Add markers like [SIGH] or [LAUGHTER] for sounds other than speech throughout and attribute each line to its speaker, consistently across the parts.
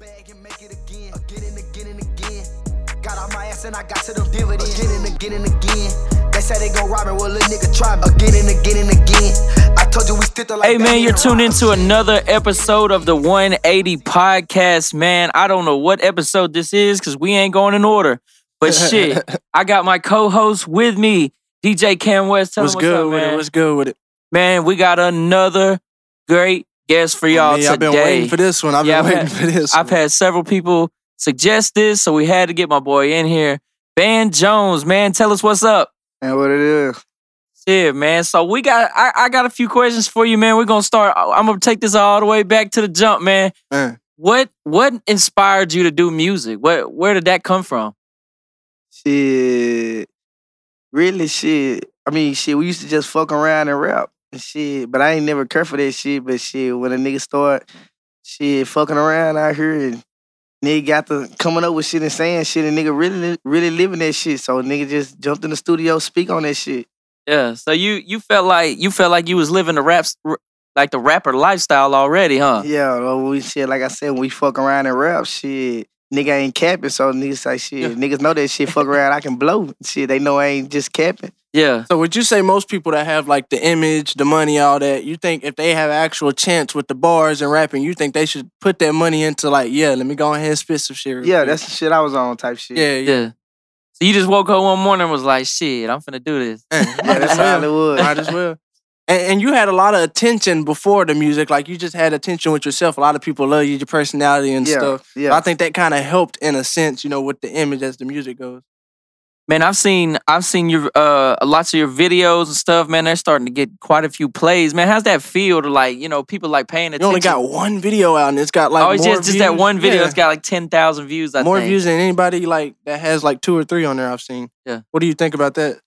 Speaker 1: bag and make it again, again and again and again. Got out my ass and I got to them dividends again and again and again. They said they gon' rob me, well, little nigga try me again and again and again. I told you we still like
Speaker 2: Hey
Speaker 1: that
Speaker 2: man,
Speaker 1: man
Speaker 2: you're tuned
Speaker 1: around.
Speaker 2: into another episode of the 180 podcast, man. I don't know what episode this is because we ain't going in order. But
Speaker 3: [LAUGHS]
Speaker 2: shit, I got my co-host with me, DJ Cam West. Tell
Speaker 3: what's
Speaker 2: him
Speaker 3: good
Speaker 2: up,
Speaker 3: with
Speaker 2: man.
Speaker 3: it? What's good with it?
Speaker 2: man, we got another great guest for y'all
Speaker 3: Man,
Speaker 2: today.
Speaker 3: I've been waiting for this one. I've
Speaker 2: Yeah, I've
Speaker 3: been waiting
Speaker 2: had-
Speaker 3: for this.
Speaker 2: I've
Speaker 3: one.
Speaker 2: had several people suggest this, so we had to get my boy in here. Van Jones, man, tell us what's up.
Speaker 3: and what it is.
Speaker 2: Shit, man. So we got I, I got a few questions for you, man. We're gonna start. I- I'm gonna take this all the way back to the jump, man.
Speaker 3: Man,
Speaker 2: What what inspired you to do music? What where did that come from?
Speaker 4: Shit. Really, shit. I mean, shit, we used to just fuck around and rap and shit. But I ain't never care for that shit. But shit, when a nigga start shit fucking around out here and nigga got to coming up with shit and saying shit and nigga really really living that shit. So nigga just jumped in the studio, speak on that shit.
Speaker 2: Yeah. So you you felt like you felt like you was living the raps r- like the rapper lifestyle already, huh?
Speaker 4: Yeah, well, we shit, like I said, when we fuck around and rap shit. Nigga ain't capping, so niggas like shit. Niggas know that shit
Speaker 3: [LAUGHS]
Speaker 4: fuck around, I can blow. Shit, they know I ain't just capping.
Speaker 2: Yeah.
Speaker 3: So would you say most people that have like the image, the money, all that, you think if they have actual chance with the bars and rapping, you think they should put that money into like, yeah, let me go ahead and spit some shit. real
Speaker 4: Yeah,
Speaker 3: quick.
Speaker 4: that's the shit I was on type shit.
Speaker 3: yeah, yeah.
Speaker 2: Yeah. So you just woke up one morning and was like, shit, I'm finna do this.
Speaker 3: Man,
Speaker 4: yeah that's
Speaker 3: might as
Speaker 4: how
Speaker 3: well.
Speaker 4: it was.
Speaker 3: Might as well. And, and you had a lot of attention before the music. Like you just had attention with yourself. A lot of people love you, your personality and
Speaker 4: [LAUGHS] yeah,
Speaker 3: stuff.
Speaker 4: Yeah.
Speaker 3: I think that kind of helped in a sense, you know, with the image as the music goes.
Speaker 2: Man, I've seen I've seen your uh lots of your videos and stuff, man. They're starting to get quite a few plays. Man, how's that feel to like, you know, people like paying attention?
Speaker 3: You only got one video out, and it's got like
Speaker 2: oh, it's
Speaker 3: more
Speaker 2: just, just that
Speaker 3: views.
Speaker 2: one video.
Speaker 3: Yeah.
Speaker 2: It's got like ten thousand views. I
Speaker 3: more
Speaker 2: think.
Speaker 3: views than anybody like that has like two or three on there. I've seen.
Speaker 2: Yeah.
Speaker 3: What do you think about that?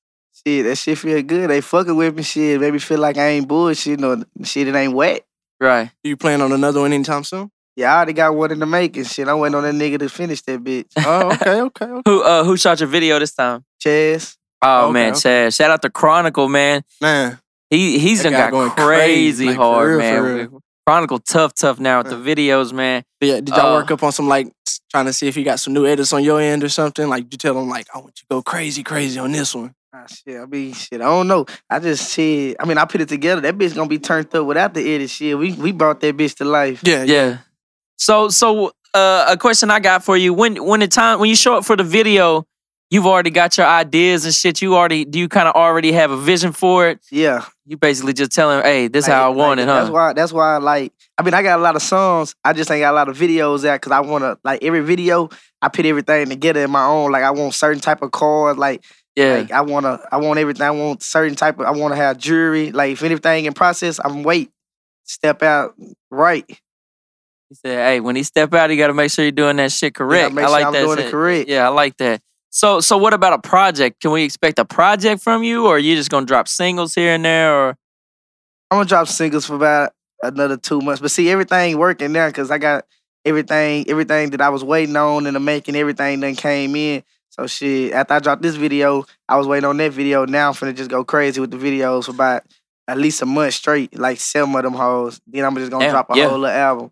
Speaker 4: Shit, that shit feel good. They fucking with me. Shit, make me feel like I ain't bullshitting or shit. It ain't wet.
Speaker 2: Right.
Speaker 3: Do you plan on another one
Speaker 2: [LAUGHS]
Speaker 3: anytime soon?
Speaker 4: Yeah, I already got one in the making. Shit, I'm waiting on that nigga to finish that bitch.
Speaker 3: Oh, okay, okay, okay.
Speaker 2: Who uh who shot your video this time?
Speaker 4: Chaz,
Speaker 2: Oh
Speaker 3: Okay,
Speaker 2: man,
Speaker 3: okay.
Speaker 2: Chad. Shout out to Chronicle, man.
Speaker 3: Man,
Speaker 2: He he's done
Speaker 3: That guy
Speaker 2: got
Speaker 3: going
Speaker 2: crazy
Speaker 3: crazy, like, for
Speaker 2: hard,
Speaker 3: real,
Speaker 2: man.
Speaker 3: for real.
Speaker 2: Chronicle tough, tough now with the videos, man.
Speaker 3: yeah. Did y'all
Speaker 2: Uh,
Speaker 3: work up on some like s- trying to see if you got some new edits on your end or something? Like you tell him like I want you to go crazy, crazy on this one.
Speaker 4: ah, shit, I mean, shit, I don't know. I just shit. I mean, I put it together. That bitch gonna be turned up without the edit. Shit, we we brought that bitch to life.
Speaker 3: Yeah,
Speaker 2: Yeah. So so uh, a question I got for you: when when the time when you show up for the video, you've already got your ideas and shit. You already do you kind of already have a vision for it.
Speaker 4: Yeah,
Speaker 2: You basically just tell him, hey, this
Speaker 4: like-
Speaker 2: how I want
Speaker 4: like,
Speaker 2: it, huh?
Speaker 4: That's why. That's why. Like, I mean, I got a lot of songs. I just ain't got a lot of videos out because I want to. Like every video, I put everything together in my own. Like I want certain type of cars. Like
Speaker 2: yeah.
Speaker 4: Like I wanna, I want everything. I want certain type of. I wanna have jewelry. Like if anything in process, I'm wait, step out right. You
Speaker 2: He said, "Hey, when he step out, you got to make sure you're doing that shit
Speaker 4: gotta
Speaker 2: correct.
Speaker 4: make
Speaker 2: I
Speaker 4: sure
Speaker 2: like
Speaker 4: I'm
Speaker 2: that.
Speaker 4: doing
Speaker 2: shit.
Speaker 4: it correct.
Speaker 2: Yeah, I like that. So, so what about a project? Can we expect a project from you, or are you just gonna drop singles here and there? Or
Speaker 4: I'm gonna drop singles for about another two months. But see, everything working now because I got everything, everything that I was waiting on in the making. Everything then came in. So shit, after I dropped this video, I was waiting on that video. Now I'm finna just go crazy with the videos for about at least a month straight. Like seven of them hoes. Then I'm just gonna
Speaker 2: Damn,
Speaker 4: drop a
Speaker 2: yeah.
Speaker 4: whole little album.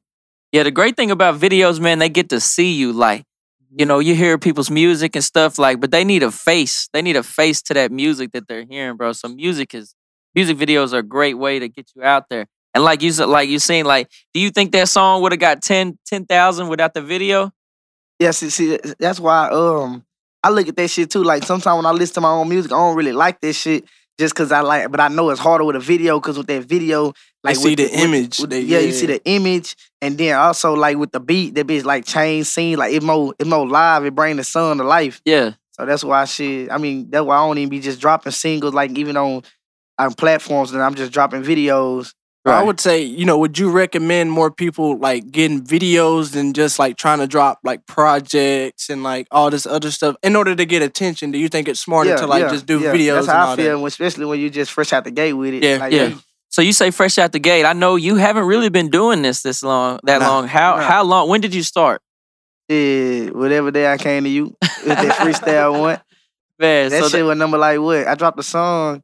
Speaker 2: yeah, the great thing about videos, man, they get to see you. Like, you know, you hear people's music and stuff, like, but they need a face. They need a face to that music that they're hearing, bro. So, music is music videos are a great way to get you out there. And like you said, like you seen, like, do you think that song would have got 10 10,000 without the video?
Speaker 4: Yeah, see, see, that's why um I look at that shit too. Like sometimes when I listen to my own music, I don't really like this shit just because I like. But I know it's harder with a video because with that video, like
Speaker 3: like see
Speaker 4: with
Speaker 3: the
Speaker 4: with-
Speaker 3: image.
Speaker 4: with-
Speaker 3: they-
Speaker 4: yeah, you see the image, and then also like with the beat, that bitch like change scene, like it more it more live. It bring the sun to life.
Speaker 2: Yeah.
Speaker 4: So that's why shit. I mean, that's why I don't even be just dropping singles like even on on platforms, and I'm just dropping videos.
Speaker 3: I would say, you know, would you recommend more people like getting videos than just like trying to drop like projects and like all this other stuff in order to get attention? Do you think it's smarter to like just do
Speaker 4: yeah.
Speaker 3: videos
Speaker 4: That's
Speaker 3: and
Speaker 4: how
Speaker 3: all
Speaker 4: I feel, when- especially when you just fresh out the gate with it.
Speaker 3: Yeah,
Speaker 4: like,
Speaker 2: yeah.
Speaker 4: you-
Speaker 2: So you say fresh out the gate. I know you haven't really been doing this this long, that
Speaker 3: Nah,
Speaker 2: long. How
Speaker 4: nah.
Speaker 2: how long? When did you start?
Speaker 4: Yeah, whatever day I came to you with
Speaker 3: [LAUGHS]
Speaker 4: that freestyle one.
Speaker 2: Man,
Speaker 4: That
Speaker 2: so
Speaker 4: shit was number like what? I dropped a song.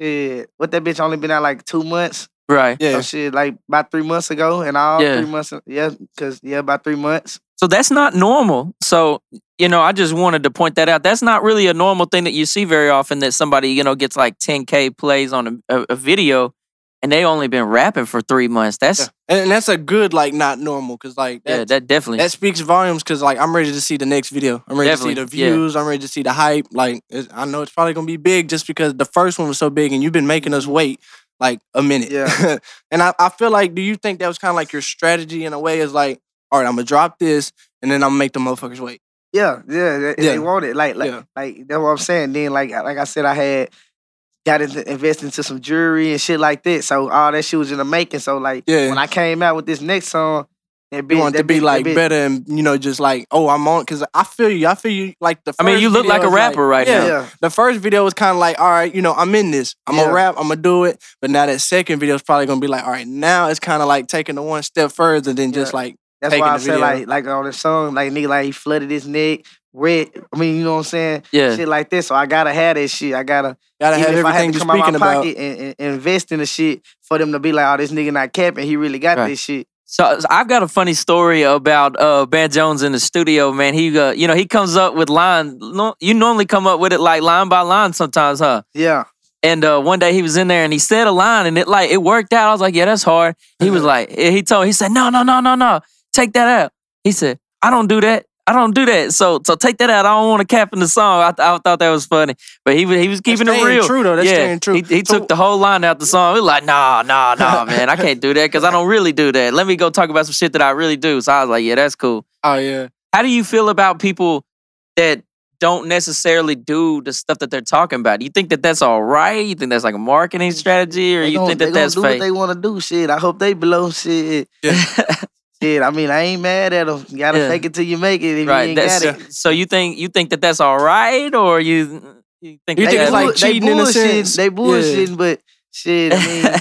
Speaker 4: Shit, what that bitch only been out like two months.
Speaker 2: Right.
Speaker 3: Yeah.
Speaker 4: So shit, like about three months ago, and all
Speaker 2: Yeah.
Speaker 4: three months, yeah, cause yeah, about three months.
Speaker 2: So that's not normal. So, you know, I just wanted to point that out. That's not really a normal thing that you see very often that somebody, you know, gets like 10K plays on a, a, a video and they only been rapping for three months. That's,
Speaker 3: Yeah. [LAUGHS] And, and that's a good like not normal because like
Speaker 2: yeah,
Speaker 3: that's-
Speaker 2: that definitely.
Speaker 3: that speaks volumes because like I'm ready to see the next video. I'm ready to see the
Speaker 2: Definitely, yeah.
Speaker 3: views. I'm ready to see the hype. Like it's, I know it's probably gonna be big just because the first one was so big and you've been making
Speaker 2: Mm-hmm.
Speaker 3: us wait like a minute.
Speaker 4: Yeah.
Speaker 3: [LAUGHS] and I, I feel like do you think that was kind of like your strategy in a way is like all right I'm gonna drop this and then I'm gonna make the motherfuckers wait.
Speaker 4: Yeah, yeah, they,
Speaker 3: Yeah.
Speaker 4: they want it. Like, like,
Speaker 3: Yeah.
Speaker 4: like that's what I'm saying. Then, like, like I said, I had got into invest into some jewelry and shit like that. So all that shit was in the making. So like,
Speaker 3: Yeah.
Speaker 4: when I came out with this next song, that
Speaker 3: You
Speaker 4: bitch-
Speaker 3: want it
Speaker 4: that
Speaker 3: to be
Speaker 4: bitch- that
Speaker 3: like
Speaker 4: bitch-
Speaker 3: better and you know just like oh I'm on because I feel you. I feel you like the. First
Speaker 2: I mean, you look
Speaker 3: video
Speaker 2: like a
Speaker 3: is,
Speaker 2: rapper right
Speaker 3: yeah,
Speaker 2: now.
Speaker 4: Yeah,
Speaker 3: The first video was kind of like, all right, you know, I'm in this. I'm
Speaker 4: Yeah.
Speaker 3: gonna rap. I'm gonna do it. But now that second video is probably gonna be like, all right, now it's kind of like taking the one step further than just
Speaker 4: Yeah.
Speaker 3: like,
Speaker 4: that's
Speaker 3: taking
Speaker 4: why I
Speaker 3: the
Speaker 4: said
Speaker 3: video.
Speaker 4: like, like on the song, like nigga, like he flooded his neck, red. I mean, you know what I'm saying?
Speaker 2: yeah.
Speaker 4: Shit like this. So I gotta have that shit. I gotta
Speaker 3: gotta
Speaker 4: even
Speaker 3: have
Speaker 4: if I had
Speaker 3: everything
Speaker 4: to
Speaker 3: you're
Speaker 4: come out my
Speaker 3: speaking about.
Speaker 4: pocket and, and- and invest in the shit for them to be like, oh, this nigga not capping. He really got
Speaker 2: Right.
Speaker 4: this shit.
Speaker 2: So so I've got a funny story about uh, Ben Jones in the studio, man. He, uh, you know, he comes up with line. No, you normally come up with it like line by line sometimes, huh?
Speaker 4: Yeah,
Speaker 2: And uh, one day he was in there and he said a line and it like it worked out. I was like, yeah, that's hard. He
Speaker 3: [LAUGHS]
Speaker 2: was like, he told he said, no, no, no, no, no, take that out. He said, I don't do that. I don't do that. So so take that out. I don't want to cap in the song. I, I thought that was funny, but he was he was keeping
Speaker 3: That's
Speaker 2: it
Speaker 3: staying
Speaker 2: real.
Speaker 3: True though, that's
Speaker 2: yeah,
Speaker 3: staying true.
Speaker 2: he, he
Speaker 3: So-
Speaker 2: took the whole line out the song. We was like, nah, nah,
Speaker 3: [LAUGHS]
Speaker 2: nah, man, I can't do that because I don't really do that. Let me go talk about some shit that I really do. So I was like, yeah, that's cool.
Speaker 3: Oh yeah,
Speaker 2: How do you feel about people that don't necessarily do the stuff that they're talking about? You think that that's all right? You think that's like a marketing strategy, or
Speaker 4: They
Speaker 2: you
Speaker 4: gon-
Speaker 2: think
Speaker 4: they
Speaker 2: that
Speaker 4: gonna
Speaker 2: that's
Speaker 4: do what
Speaker 2: fake?
Speaker 4: they want to do. Shit, I hope they blow. Shit,
Speaker 2: [LAUGHS] Yeah.
Speaker 4: shit. I mean, I ain't mad at them. You gotta
Speaker 2: Yeah.
Speaker 4: fake it till you make it. If you
Speaker 2: right.
Speaker 4: ain't got
Speaker 2: That's,
Speaker 4: it,
Speaker 2: So you think you think that that's all right, or you you think
Speaker 3: [LAUGHS] You
Speaker 2: that
Speaker 3: think it's
Speaker 2: that-
Speaker 3: like
Speaker 4: bull- they
Speaker 3: cheating in a
Speaker 4: bullshitting-
Speaker 3: sense.
Speaker 4: They
Speaker 3: Yeah.
Speaker 4: bullshitting, but shit.
Speaker 2: [LAUGHS]
Speaker 3: [LAUGHS]
Speaker 4: I mean,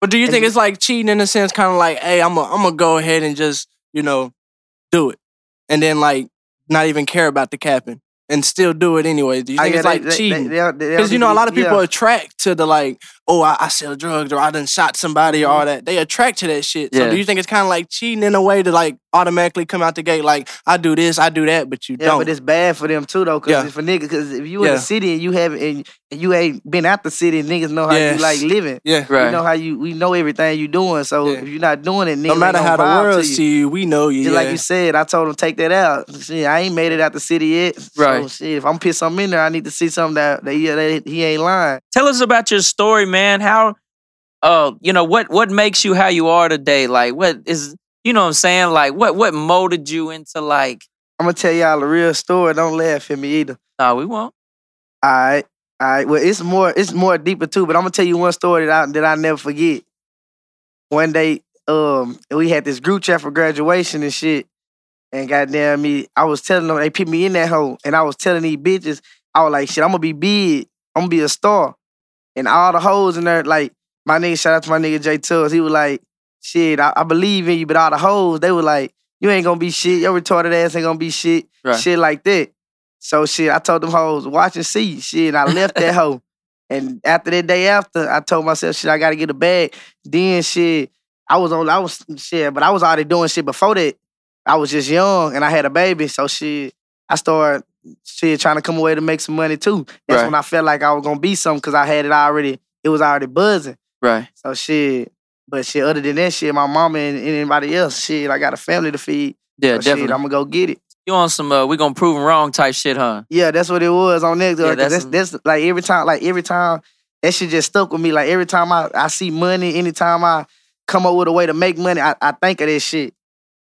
Speaker 3: but do you
Speaker 4: And
Speaker 3: think
Speaker 4: you-
Speaker 3: it's like cheating in a sense? Kind of like, hey, I'm gonna I'm gonna go ahead and just you know do it, and then like not even care about the capping and still do it anyway. Do you
Speaker 4: I
Speaker 3: think
Speaker 4: guess
Speaker 3: it's like
Speaker 4: they- they-
Speaker 3: cheating?
Speaker 4: they- they- they-
Speaker 3: Because you know, a lot of people
Speaker 4: yeah.
Speaker 3: attract to the like, oh, I, I sell drugs or I done shot somebody or
Speaker 4: Mm-hmm.
Speaker 3: all that. They attract to that shit. So
Speaker 2: Yeah.
Speaker 3: do you think it's kind of like cheating in a way to like automatically come out the gate like I do this, I do that, but you
Speaker 4: Yeah,
Speaker 3: don't.
Speaker 4: but it's bad for them too though, cause
Speaker 3: Yeah.
Speaker 4: it's for niggas. Cause if you in
Speaker 3: Yeah.
Speaker 4: the city and you haven't and, and you ain't been out the city, niggas know how
Speaker 3: Yes.
Speaker 4: you like living.
Speaker 3: yeah.
Speaker 2: Right.
Speaker 4: We know how you. We know everything you doing. So
Speaker 3: Yeah.
Speaker 4: if you're not doing it, niggas
Speaker 3: No matter
Speaker 4: ain't
Speaker 3: how
Speaker 4: gonna
Speaker 3: the
Speaker 4: vibe
Speaker 3: world
Speaker 4: to you.
Speaker 3: see you, we know you.
Speaker 4: Just
Speaker 3: Yeah.
Speaker 4: like you said, I told him take that out. Shit, I ain't made it out the city yet. So,
Speaker 2: Right.
Speaker 4: shit, if I'm put something in there, I need to see something that, that, he, that he ain't lying.
Speaker 2: tell us about your story, man. How, uh, you know what what makes you how you are today? Like, what is you know what I'm saying? Like, what what molded you into like?
Speaker 4: I'm gonna tell y'all a real story. Don't laugh at me either.
Speaker 2: No, we won't.
Speaker 4: All right. All right. Well, it's more it's more deeper too, but I'm gonna tell you one story that I that I never forget. One day, um, we had this group chat for graduation and shit. And goddamn me, I was telling them they put me in that hole, and I was telling these bitches, I was like, shit, I'm gonna be big, I'm gonna be a star. And all the hoes in there, like my nigga, shout out to my nigga Jay Tubbs. He was like, shit, I, I believe in you, but all the hoes, they were like, you ain't gonna be shit, your retarded ass ain't gonna be shit,
Speaker 2: Right.
Speaker 4: shit like that. So shit, I told them hoes, watch and see. Shit, and I
Speaker 2: [LAUGHS]
Speaker 4: left that hoe. And after that day after, I told myself, shit, I gotta get a bag. Then shit, I was on, I was shit, but I was already doing shit before that. I was just young and I had a baby. So shit, I started shit trying to come away to make some money too. That's
Speaker 2: Right.
Speaker 4: when I felt like I was gonna be something because I had it already, it was already buzzing.
Speaker 2: Right.
Speaker 4: So shit. But shit, other than that shit, my mama and and anybody else, shit, I got a family to feed.
Speaker 2: Yeah,
Speaker 4: so
Speaker 2: definitely.
Speaker 4: shit, I'm gonna go get it.
Speaker 2: Oh, you on some uh, we gonna prove 'em wrong type shit, huh?
Speaker 4: Yeah, that's what it was on next.
Speaker 2: Yeah,
Speaker 4: Yeah, that's,
Speaker 2: that's-
Speaker 4: that's like every time, like every time that shit just stuck with me. Like every time I, I see money, anytime I come up with a way to make money, I, I think of this shit.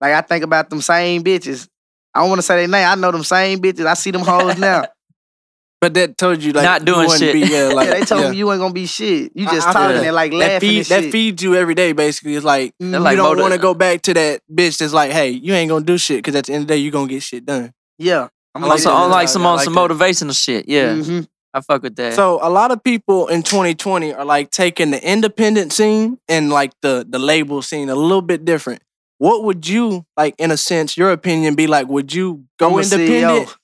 Speaker 4: Like I think about them same bitches. I don't want to say their name. I know them same bitches. I see them hoes now.
Speaker 3: But that told you like
Speaker 2: Not
Speaker 3: you
Speaker 2: doing
Speaker 3: wouldn't
Speaker 2: shit.
Speaker 3: Be, yeah, [LAUGHS]
Speaker 4: [LAUGHS]
Speaker 3: like,
Speaker 4: yeah, they told
Speaker 3: yeah.
Speaker 4: me you ain't gonna be shit. You
Speaker 3: I-
Speaker 4: just
Speaker 3: I feel
Speaker 4: talking
Speaker 2: that.
Speaker 4: and like laughing
Speaker 3: that feed
Speaker 4: and
Speaker 3: that
Speaker 4: shit.
Speaker 3: feeds you every day. Basically, it's like
Speaker 2: They're
Speaker 4: Mm,
Speaker 2: like
Speaker 3: you don't
Speaker 2: motiv-
Speaker 3: want to go back to that bitch that's like, hey, you ain't gonna do shit because at the end of the day, you gonna get shit done.
Speaker 4: yeah, I'm
Speaker 3: like
Speaker 2: Like some,
Speaker 3: that.
Speaker 2: on like some
Speaker 3: I
Speaker 2: on
Speaker 3: like
Speaker 2: some
Speaker 3: that.
Speaker 2: motivational shit. Yeah,
Speaker 4: Mhm.
Speaker 2: I fuck with that.
Speaker 3: So a lot of people in 2020 are like taking the independent scene and like the the label scene a little bit different. What would you like in a sense your opinion be like? Would you
Speaker 4: I'm
Speaker 3: go
Speaker 4: a E CEO.
Speaker 3: independent?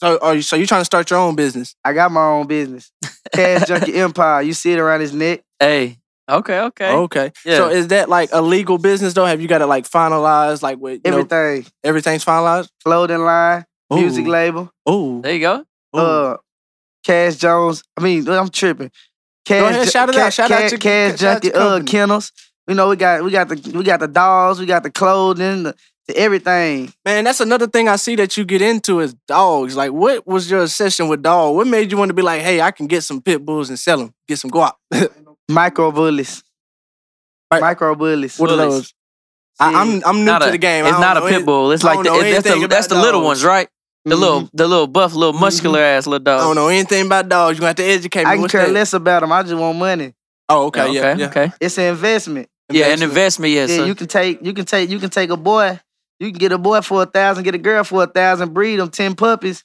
Speaker 3: So are you so you trying to start your own business? [LAUGHS]
Speaker 4: I got my own business. Cash Junkie Empire. You see it around his neck.
Speaker 2: hey, Okay, okay.
Speaker 3: Okay.
Speaker 2: Yeah.
Speaker 3: So is that like a legal business though? Have you got it like finalized? Like with you know,
Speaker 4: Everything.
Speaker 3: everything's finalized.
Speaker 4: Clothing line, music
Speaker 3: Ooh.
Speaker 4: label,
Speaker 3: Ooh.
Speaker 2: there you go.
Speaker 3: Ooh.
Speaker 4: uh Cash Jones. I mean, I'm tripping. Cash
Speaker 3: ahead, shout it out, shout out
Speaker 4: Cash,
Speaker 3: your-
Speaker 4: Cash
Speaker 3: shout out
Speaker 4: Junkie
Speaker 3: your
Speaker 4: uh
Speaker 3: company.
Speaker 4: kennels. You know, we got we got the we got the dolls, we got the clothing, the, the everything.
Speaker 3: Man, that's another thing I see that you get into is dogs. Like, what was your obsession with dog? What made you want to be like, hey, I can get some pit bulls and sell them, get some guap?
Speaker 4: Micro bullies.
Speaker 3: Right.
Speaker 4: Micro bullies.
Speaker 3: What are
Speaker 2: Bullies.
Speaker 3: those? I, I'm I'm new
Speaker 2: Not
Speaker 3: to
Speaker 2: a-
Speaker 3: the game. I
Speaker 2: It's
Speaker 3: don't
Speaker 2: not a
Speaker 3: know
Speaker 2: pit
Speaker 3: any-
Speaker 2: bull. It's
Speaker 3: I
Speaker 2: like
Speaker 3: don't
Speaker 2: the,
Speaker 3: know
Speaker 2: it- that's
Speaker 3: anything
Speaker 2: the that's the
Speaker 3: about
Speaker 2: little
Speaker 3: dogs.
Speaker 2: ones, right? The little the little buff, little muscular ass little
Speaker 3: I
Speaker 2: dog.
Speaker 3: don't know anything about dogs. You're gonna have to educate me.
Speaker 4: Mm-hmm. I can
Speaker 3: What's
Speaker 4: care
Speaker 3: that?
Speaker 4: less about them. I just want money.
Speaker 3: Oh, okay, yeah,
Speaker 2: okay,
Speaker 3: yeah.
Speaker 2: okay.
Speaker 4: It's an investment.
Speaker 2: Yeah, an investment,
Speaker 3: Investment.
Speaker 2: yes.
Speaker 4: Yeah,
Speaker 2: sir.
Speaker 4: you can take you can take you can take a boy. You can get a boy for a thousand, get a girl for a thousand, breed them ten puppies,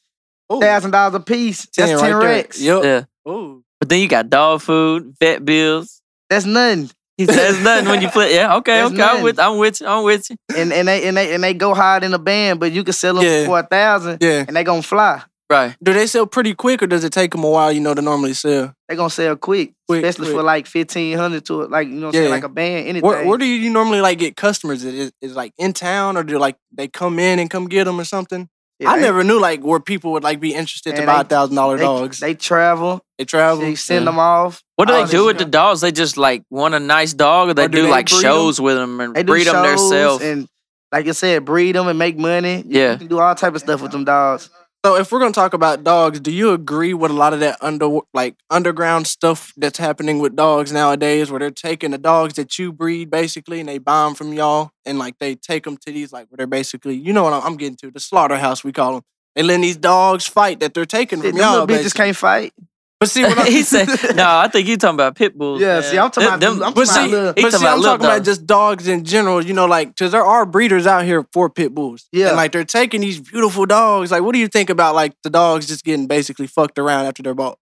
Speaker 3: Ooh,
Speaker 4: thousand dollars a piece. That's ten
Speaker 3: right there.
Speaker 4: racks.
Speaker 3: Yep.
Speaker 2: yeah.
Speaker 3: Ooh.
Speaker 2: But then you got dog food, vet bills.
Speaker 4: That's nothing.
Speaker 2: That's nothing when you play.
Speaker 3: [LAUGHS]
Speaker 2: Yeah, okay,
Speaker 4: That's
Speaker 2: okay.
Speaker 4: nothing.
Speaker 2: I'm with, I'm with you. I'm with you.
Speaker 4: And and they and they and they go hard in a band, but you can sell them
Speaker 3: Yeah.
Speaker 4: for a thousand
Speaker 3: Yeah.
Speaker 4: and they gonna fly.
Speaker 2: Right.
Speaker 3: Do they sell pretty quick or does it take them a while, you know, to normally sell?
Speaker 4: They gonna sell quick,
Speaker 3: Quick,
Speaker 4: especially
Speaker 3: quick.
Speaker 4: for like fifteen hundred to like you know what I'm saying,
Speaker 3: Yeah.
Speaker 4: like a band, anything.
Speaker 3: Where, where do you normally like get customers? Is, is, is like in town or do like they come in and come get them or something?
Speaker 4: Yeah,
Speaker 3: I
Speaker 4: they-
Speaker 3: never knew like where people would like be interested to
Speaker 4: Man,
Speaker 3: buy
Speaker 4: they-
Speaker 3: thousand dollar
Speaker 4: they,
Speaker 3: dogs. They,
Speaker 4: They travel,
Speaker 3: travel.
Speaker 4: they send
Speaker 3: Yeah.
Speaker 4: them off.
Speaker 2: What do
Speaker 4: Oh,
Speaker 2: they
Speaker 4: they
Speaker 2: do with
Speaker 4: do.
Speaker 2: the dogs? They just like want a nice dog, or they
Speaker 3: Or do
Speaker 2: do
Speaker 3: they
Speaker 2: like
Speaker 3: breed 'em?
Speaker 2: shows with them and
Speaker 4: They do
Speaker 2: breed them
Speaker 4: shows
Speaker 2: themselves.
Speaker 4: and like I said, breed them and make money. You-
Speaker 2: Yeah.
Speaker 4: you can do all type of stuff with them dogs.
Speaker 3: So if we're gonna talk about dogs, do you agree with a lot of that under like underground stuff that's happening with dogs nowadays, where they're taking the dogs that you breed basically, and they buy them from y'all, and like they take them to these like where they're basically, you know what I'm I'm getting to the slaughterhouse we call them. They letting these dogs fight that they're taking
Speaker 4: Shit,
Speaker 3: from
Speaker 4: them
Speaker 3: y'all.
Speaker 4: little bitches
Speaker 3: basically.
Speaker 4: can't fight.
Speaker 3: But see, what
Speaker 4: [LAUGHS]
Speaker 3: I'm,
Speaker 2: [LAUGHS]
Speaker 3: [LAUGHS]
Speaker 2: he said, "No, I think you talking about pit bulls."
Speaker 4: Yeah,
Speaker 2: man.
Speaker 4: see, I'm talking about
Speaker 2: Them-
Speaker 4: them- I'm
Speaker 3: But
Speaker 4: talking about
Speaker 3: see,
Speaker 4: little-
Speaker 2: he
Speaker 3: but see, I'm
Speaker 2: little
Speaker 3: talking about
Speaker 2: dogs.
Speaker 3: just dogs in general, you know, like, because there are breeders out here for pit bulls.
Speaker 4: Yeah.
Speaker 3: And, like, they're taking these beautiful dogs. Like, what do you think about, like, the dogs just getting basically fucked around after they're bought?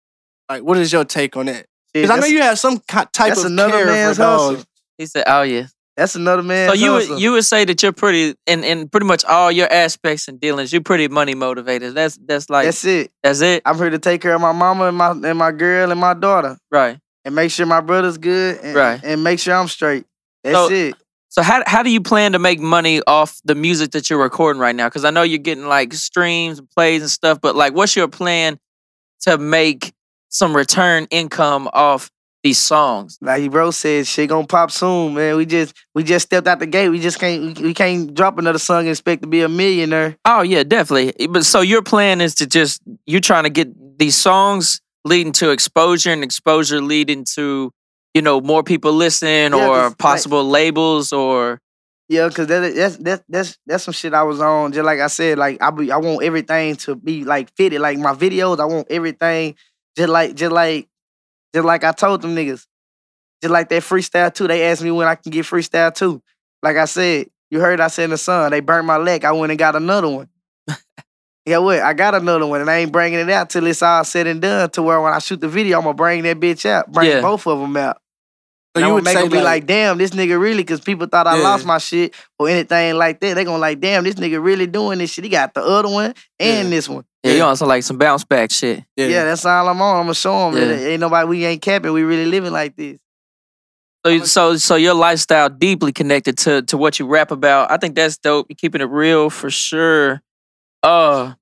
Speaker 3: Like, what is your take on that? Because I know
Speaker 4: that's-
Speaker 3: you have some ki- type
Speaker 4: that's
Speaker 3: of
Speaker 4: another
Speaker 3: care
Speaker 4: man's
Speaker 3: for dogs.
Speaker 4: hustle.
Speaker 2: He said, "Oh yeah."
Speaker 4: That's another man.
Speaker 2: So you would you would say that you're pretty in, in pretty much all your aspects and dealings, you're pretty money motivated. That's that's like that's,
Speaker 4: that's it.
Speaker 2: it,
Speaker 4: I'm here to take care of my mama and my and my girl and my daughter,
Speaker 2: right?
Speaker 4: and make sure my brother's good, and,
Speaker 2: Right.
Speaker 4: and make sure I'm straight. That's
Speaker 2: So-
Speaker 4: it.
Speaker 2: So how how do you plan to make money off the music that you're recording right now? Because I know you're getting like streams and plays and stuff, but like, what's your plan to make some return income off these songs?
Speaker 4: Like your bro said, shit gonna pop soon, man. We just we just stepped out the gate. We just can't we, we can't drop another song and expect to be a millionaire.
Speaker 2: Oh yeah, definitely. But so your plan is to just you're trying to get these songs leading to exposure and exposure leading to you know more people listening
Speaker 4: Yeah, 'cause,
Speaker 2: or
Speaker 4: like-
Speaker 2: possible labels or
Speaker 4: Yeah, cause that, that's that's that's that's some shit I was on. Just like I said, like I be, I want everything to be like fitted. Like my videos, I want everything just like just like just like I told them niggas. Just like that freestyle too. They asked me when I can get freestyle too. Like I said, you heard I said in the sun. They burnt my leg. I went and got another one. yeah, what? I got another one, and I ain't bringing it out till it's all said and done. To where when I shoot the video, I'm gonna bring that bitch out, bring
Speaker 2: Yeah.
Speaker 4: both of them out. And
Speaker 3: So you
Speaker 4: I'ma
Speaker 3: would
Speaker 4: make
Speaker 3: say,
Speaker 4: them be like, damn, this nigga really, because people thought I
Speaker 3: Yeah.
Speaker 4: lost my shit or anything like that. They gonna like, damn, this nigga really doing this shit. He got the other one and
Speaker 3: Yeah.
Speaker 4: this one.
Speaker 2: yeah, you
Speaker 3: Yeah.
Speaker 2: on some like some bounce back shit.
Speaker 4: Yeah. that's all I'm on. I'm gonna show him.
Speaker 2: Yeah.
Speaker 4: That ain't nobody, we ain't capping. We really living like this.
Speaker 2: So, you- so, so your lifestyle deeply connected to to what you rap about. I think that's dope. You're keeping it real for sure. Uh,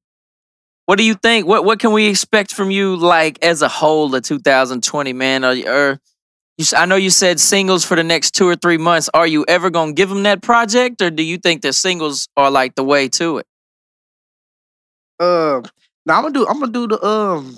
Speaker 2: what do you think? What what can we expect from you, like as a whole, of 2020, man? Or, or you, s- I know you said singles for the next two or three months. Are you ever gonna give them that project, or do you think that singles are like the way to it?
Speaker 4: Um, now I'm gonna do, I'm gonna do the, um,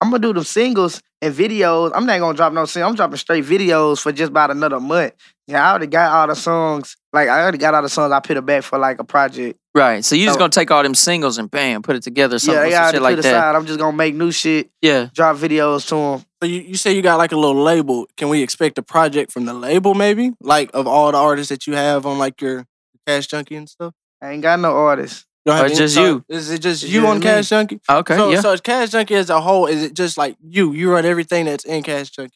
Speaker 4: I'm gonna do them singles and videos. I'm not gonna drop no single. I'm dropping straight videos for just about another month. Yeah, I already got all the songs. Like I already got all the songs I put it back for like a project.
Speaker 2: Right. So you just
Speaker 4: So-
Speaker 2: gonna take all them singles and bam, put it together,
Speaker 4: yeah,
Speaker 2: something
Speaker 4: they
Speaker 2: yeah,
Speaker 4: already
Speaker 2: shit
Speaker 4: put
Speaker 2: like that.
Speaker 4: aside. I'm just gonna make new shit,
Speaker 2: Yeah.
Speaker 4: drop videos to them.
Speaker 3: so you, you say you got like a little label. Can we expect a project from the label maybe? Like, of all the artists that you have on like your Cash Junkie and stuff?
Speaker 4: I ain't got no artist.
Speaker 3: You don't
Speaker 2: Or
Speaker 3: have any-
Speaker 2: just
Speaker 3: so
Speaker 2: you?
Speaker 3: Is it just
Speaker 4: It's
Speaker 3: you
Speaker 4: just
Speaker 3: on
Speaker 4: me.
Speaker 3: Cash Junkie?
Speaker 2: Okay.
Speaker 3: so,
Speaker 2: yeah.
Speaker 3: so is Cash Junkie as a whole, is it just like you? You run everything that's in Cash Junkie.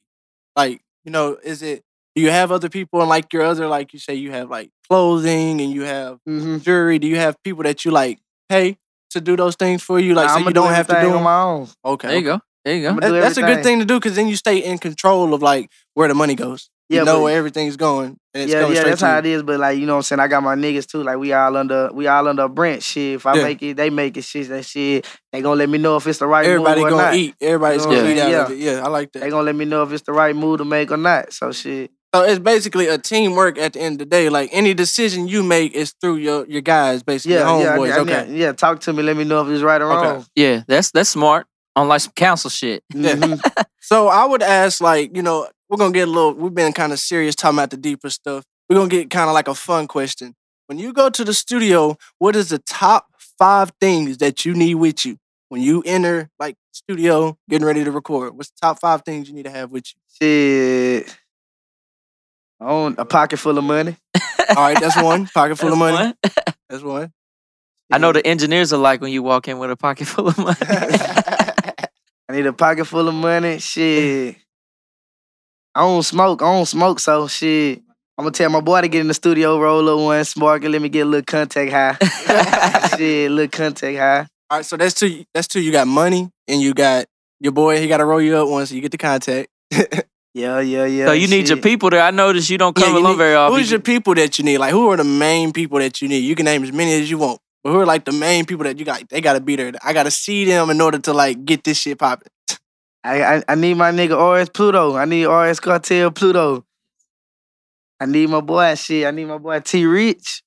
Speaker 3: Like, you know, is it do you have other people and like your other, like you say you have like clothing and you have
Speaker 4: Mm-hmm.
Speaker 3: jewelry? Do you have people that you like pay to do those things for you? Like so
Speaker 4: I'm
Speaker 3: you don't have to do
Speaker 4: on
Speaker 3: them?
Speaker 4: my own.
Speaker 3: Okay.
Speaker 2: there you go. There you go.
Speaker 4: I'ma
Speaker 3: That-
Speaker 4: do
Speaker 3: that's a good
Speaker 4: everything.
Speaker 3: thing to do because then you stay in control of like where the money goes.
Speaker 4: Yeah,
Speaker 3: you know
Speaker 4: but-
Speaker 3: where everything's going. And it's
Speaker 4: yeah,
Speaker 3: going
Speaker 4: yeah,
Speaker 3: straight
Speaker 4: that's
Speaker 3: to
Speaker 4: how
Speaker 3: you.
Speaker 4: it is. But like, you know what I'm saying? I got my niggas too. Like we all under we all under a branch. Shit. If I
Speaker 3: Yeah.
Speaker 4: make it, they make it shit. That shit. They gonna let me know if it's the right
Speaker 3: Everybody
Speaker 4: move or
Speaker 3: gonna
Speaker 4: not.
Speaker 3: eat. Everybody's
Speaker 4: You know
Speaker 3: gonna
Speaker 4: what
Speaker 3: eat
Speaker 4: I'm
Speaker 3: out
Speaker 4: saying?
Speaker 3: of it. Yeah, I like that.
Speaker 4: They gonna let me know if it's the right move to make or not. So shit.
Speaker 3: So it's basically a teamwork at the end of the day. Like any decision you make is through your your guys, basically
Speaker 4: Yeah,
Speaker 3: your
Speaker 4: yeah, I-
Speaker 3: homeboys.
Speaker 4: I-
Speaker 3: okay.
Speaker 4: yeah, yeah. Talk to me. Let me know if it's right or
Speaker 3: Okay.
Speaker 4: wrong.
Speaker 2: Yeah, that's that's smart. On like some council shit.
Speaker 3: Yeah.
Speaker 4: Mhm.
Speaker 3: So I would ask, like, you know, we're gonna get a little. We've been kind of serious talking about the deeper stuff. We're gonna get kind of like a fun question. When you go to the studio, what is the top five things that you need with you when you enter like studio, getting ready to record? What's the top five things you need to have with you?
Speaker 4: Shit. On a pocket full of money.
Speaker 3: All right, that's one pocket full of
Speaker 2: That's
Speaker 3: money.
Speaker 2: one.
Speaker 3: That's one.
Speaker 2: I know the engineers are like when you walk in with a pocket [LAUGHS] full of
Speaker 3: [LAUGHS]
Speaker 2: money.
Speaker 4: [LAUGHS] I need a pocket full of money. Shit. I don't smoke. I don't smoke, so shit. I'm gonna tell my boy to get in the studio, roll up one spark, and let me get a little contact
Speaker 2: [LAUGHS]
Speaker 4: high. shit, little contact high.
Speaker 3: All right, so that's two. That's two. You got money, and you got your boy. He got to roll you up once. You get the contact.
Speaker 4: Yeah, yeah, yeah.
Speaker 2: so you need your
Speaker 4: shit.
Speaker 2: people there. I noticed you don't
Speaker 3: Yeah,
Speaker 2: come
Speaker 3: you
Speaker 2: along
Speaker 3: need-
Speaker 2: very often.
Speaker 3: Who's your people that you need? Like, who are the main people that you need? You can name as many as you want, but who are like the main people that you got? They gotta be there. I gotta see them in order to like get this shit popping.
Speaker 4: I, I I need my nigga RS Pluto. I need RS Cartel Pluto. I need my boy shit. I need my boy T Rich.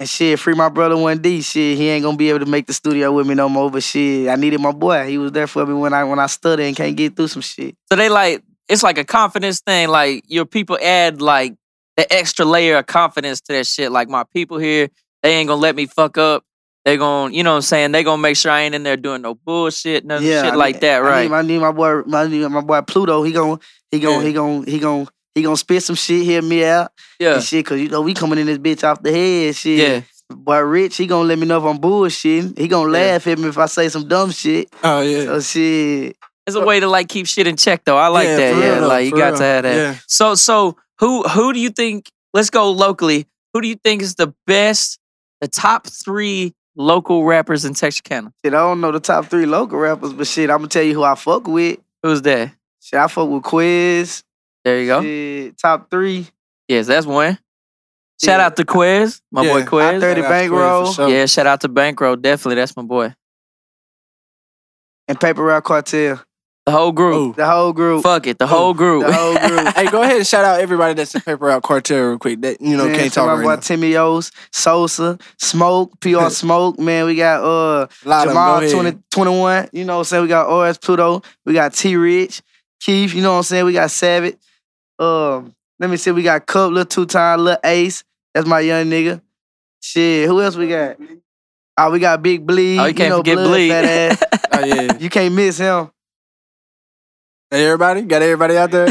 Speaker 4: And shit, free my brother 1D. Shit, he ain't gonna be able to make the studio with me no more, but shit, I needed my boy. He was there for me when I when I stutter and can't get through some shit.
Speaker 2: So they like it's like a confidence thing. Like your people add like the extra layer of confidence to that shit. Like my people here, they ain't gonna let me fuck up. They gonna, you know what I'm saying? They gonna make sure I ain't in there doing no bullshit, no
Speaker 4: I
Speaker 2: shit
Speaker 4: need-
Speaker 2: like that,
Speaker 4: I
Speaker 2: right?
Speaker 4: need, I need my boy my, I need my boy Pluto. He gon' he gon'
Speaker 3: Yeah.
Speaker 4: he gon' he gon' he gon' spit some shit, hear me out.
Speaker 2: yeah,
Speaker 4: And shit, cause you know we coming in this bitch off the head, shit.
Speaker 2: yeah.
Speaker 4: Boy, Rich, he gonna let me know if I'm bullshitting. He gonna
Speaker 2: Yeah.
Speaker 4: laugh at me if I say some dumb shit.
Speaker 3: Oh yeah,
Speaker 4: So shit.
Speaker 2: It's a way to like keep shit in check though. I like that. Yeah, like you got to have that.
Speaker 3: Yeah.
Speaker 2: So so who who do you think? Let's go locally. Who do you think is the best? The top three local rappers in Texarkana.
Speaker 4: Shit, I don't know the top three local rappers, but shit, I'm gonna tell you who I fuck with.
Speaker 2: Who's that?
Speaker 4: Shit, I fuck with Quiz.
Speaker 2: There you go.
Speaker 4: Shit, top three.
Speaker 2: Yes, that's one. Shout
Speaker 4: Yeah.
Speaker 2: out to Quiz, my boy
Speaker 3: Yeah.
Speaker 2: Quiz.
Speaker 4: Thirty
Speaker 3: Shout out to Quinn for
Speaker 4: Bankroll.
Speaker 3: sure.
Speaker 2: Yeah, shout out to Bankroll. Definitely, that's my boy.
Speaker 4: And Paper Route Cartel.
Speaker 2: The whole group.
Speaker 3: Ooh.
Speaker 4: The whole group.
Speaker 2: Fuck it, the whole group.
Speaker 4: Oh. The whole
Speaker 3: [LAUGHS]
Speaker 4: group.
Speaker 3: hey, go ahead and shout out everybody that's in Paper Out Cartel real quick. That you know
Speaker 4: Man,
Speaker 3: can't
Speaker 4: shout
Speaker 3: talk
Speaker 4: out
Speaker 3: right
Speaker 4: my
Speaker 3: now.
Speaker 4: boy Timmy O's, Sosa, Smoke, PR Smoke. Man, we got uh
Speaker 3: Lot of them.
Speaker 4: Jamal
Speaker 3: Go ahead.
Speaker 4: 20, 21. You know what I'm saying? We got OS Pluto. We got T Rich. Keith, you know what I'm saying? We got Savage. Um, let me see. We got Cup, little two time, little ace. That's my young nigga. Shit, who else we got? Oh, we got Big Bleed.
Speaker 2: [LAUGHS] Oh, you can't
Speaker 4: know,
Speaker 2: forget
Speaker 4: Blood,
Speaker 2: Bleed.
Speaker 4: fat
Speaker 2: [LAUGHS]
Speaker 4: ass.
Speaker 3: Oh yeah,
Speaker 4: you can't miss him.
Speaker 3: Hey, everybody got everybody out
Speaker 4: [LAUGHS]
Speaker 3: there.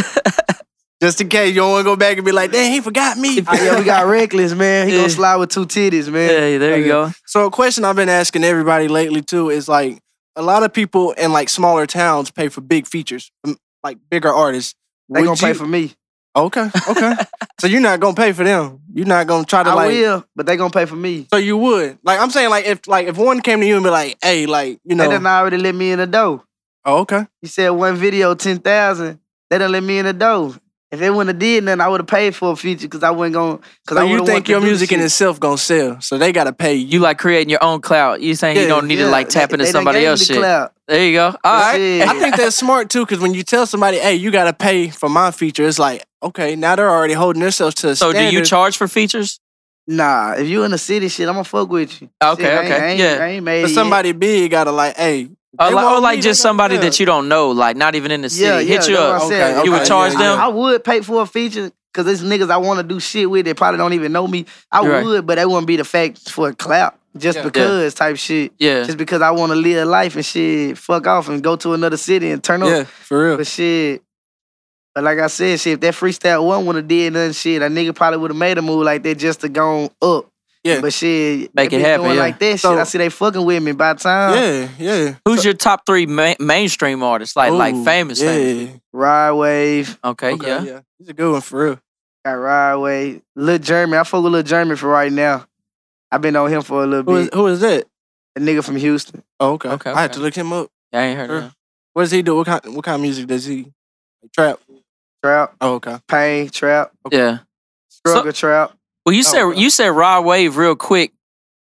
Speaker 3: Just in case you don't want to go back and be like, dang, he forgot me.
Speaker 4: Oh, yeah, we got Reckless, man. He
Speaker 2: Yeah.
Speaker 4: gonna slide with two titties, man.
Speaker 2: hey, there you go.
Speaker 3: So a question I've been asking everybody lately too is like a lot of people in like smaller towns pay for big features, m- like bigger artists.
Speaker 4: They
Speaker 3: Would
Speaker 4: gonna pay
Speaker 3: you-
Speaker 4: for me.
Speaker 3: Okay,
Speaker 4: [LAUGHS]
Speaker 3: okay. so you're not gonna pay for them. You're not gonna try to
Speaker 4: I
Speaker 3: like.
Speaker 4: will, but they gonna pay for me.
Speaker 3: So you would like I'm saying like if like if one came to you and be like, hey, like
Speaker 4: They
Speaker 3: you know,
Speaker 4: done already let me in the door.
Speaker 3: oh okay,
Speaker 4: You said one video, 10,000. They done let me in the door. If they wouldn't have did nothing, I would have paid for a feature because I wasn't going because
Speaker 3: so
Speaker 4: I
Speaker 3: you
Speaker 4: wouldn't want
Speaker 3: think
Speaker 4: to
Speaker 3: your
Speaker 4: do the
Speaker 3: music in
Speaker 4: shit.
Speaker 3: itself gonna sell? So they gotta pay you.
Speaker 2: You like creating your own clout. You saying you
Speaker 3: Yeah,
Speaker 2: don't need
Speaker 4: Yeah,
Speaker 2: to like
Speaker 4: they-
Speaker 2: tap into
Speaker 4: they done
Speaker 2: somebody
Speaker 4: gave me
Speaker 2: else's
Speaker 4: the
Speaker 2: shit.
Speaker 4: clout.
Speaker 2: There you go. All right.
Speaker 4: Shit. [LAUGHS]
Speaker 3: I think that's smart too, because when you tell somebody, hey, you gotta pay for my feature, it's like, okay, now they're already holding themselves to a
Speaker 2: So do you
Speaker 3: standard.
Speaker 2: charge for features?
Speaker 4: Nah, if you in the city, shit, I'm gonna fuck with you.
Speaker 2: Okay,
Speaker 4: Shit, I ain't-
Speaker 2: okay,
Speaker 4: I ain't-
Speaker 2: yeah.
Speaker 4: I ain't made it
Speaker 3: But
Speaker 4: yet.
Speaker 3: somebody big gotta like, hey,
Speaker 2: Or
Speaker 3: they
Speaker 2: like, or
Speaker 3: want
Speaker 2: like
Speaker 3: me,
Speaker 2: just
Speaker 3: they gotta
Speaker 2: somebody that
Speaker 3: sell.
Speaker 2: you don't know, like not even in the city.
Speaker 4: yeah, yeah,
Speaker 2: Hit you
Speaker 4: that's what
Speaker 2: up.
Speaker 4: I'm saying.
Speaker 2: You would charge them?
Speaker 4: I would pay for a feature because this niggas I want to do shit with. They probably don't even know me. I
Speaker 2: You're right.
Speaker 4: would, but that wouldn't be the fact for a clout just
Speaker 3: Yeah.
Speaker 4: because type shit.
Speaker 2: Yeah.
Speaker 4: Just because I want to live life and shit, fuck off and go to another city and turn up.
Speaker 3: Yeah, for real.
Speaker 4: But shit. But like I said, shit, if that freestyle one would have did nothing, shit, a nigga probably would have made a move like that just to gone up.
Speaker 3: Yeah.
Speaker 4: But shit,
Speaker 2: Make
Speaker 4: they
Speaker 2: it
Speaker 4: be
Speaker 2: happen,
Speaker 4: Doing
Speaker 2: yeah.
Speaker 4: Like that
Speaker 3: So-
Speaker 4: shit, I see they fucking with me by the time.
Speaker 3: Yeah, yeah.
Speaker 2: Who's your top three ma- mainstream artists? Like like
Speaker 3: Ooh,
Speaker 2: famous.
Speaker 3: Yeah.
Speaker 2: famous.
Speaker 4: Ride Wave,
Speaker 2: Okay,
Speaker 3: Okay,
Speaker 2: yeah.
Speaker 3: yeah. He's a good one for real.
Speaker 4: got Ride Wave, Lil Jeremy. I fuck with Lil Jeremy for right now. I've been on him for a little
Speaker 3: Who is,
Speaker 4: bit.
Speaker 3: who is that?
Speaker 4: A nigga from Houston.
Speaker 3: Oh, okay.
Speaker 2: Okay,
Speaker 3: I have
Speaker 2: okay.
Speaker 3: to look him up.
Speaker 2: I ain't heard
Speaker 3: Sure.
Speaker 2: of him.
Speaker 3: What does he do? What kind? What kind of music does he? Trap.
Speaker 4: Trap,
Speaker 3: Oh, okay.
Speaker 4: pain, trap,
Speaker 2: Yeah.
Speaker 4: struggle, trap.
Speaker 2: Well, you said
Speaker 3: okay.
Speaker 2: you said Rod Wave real quick.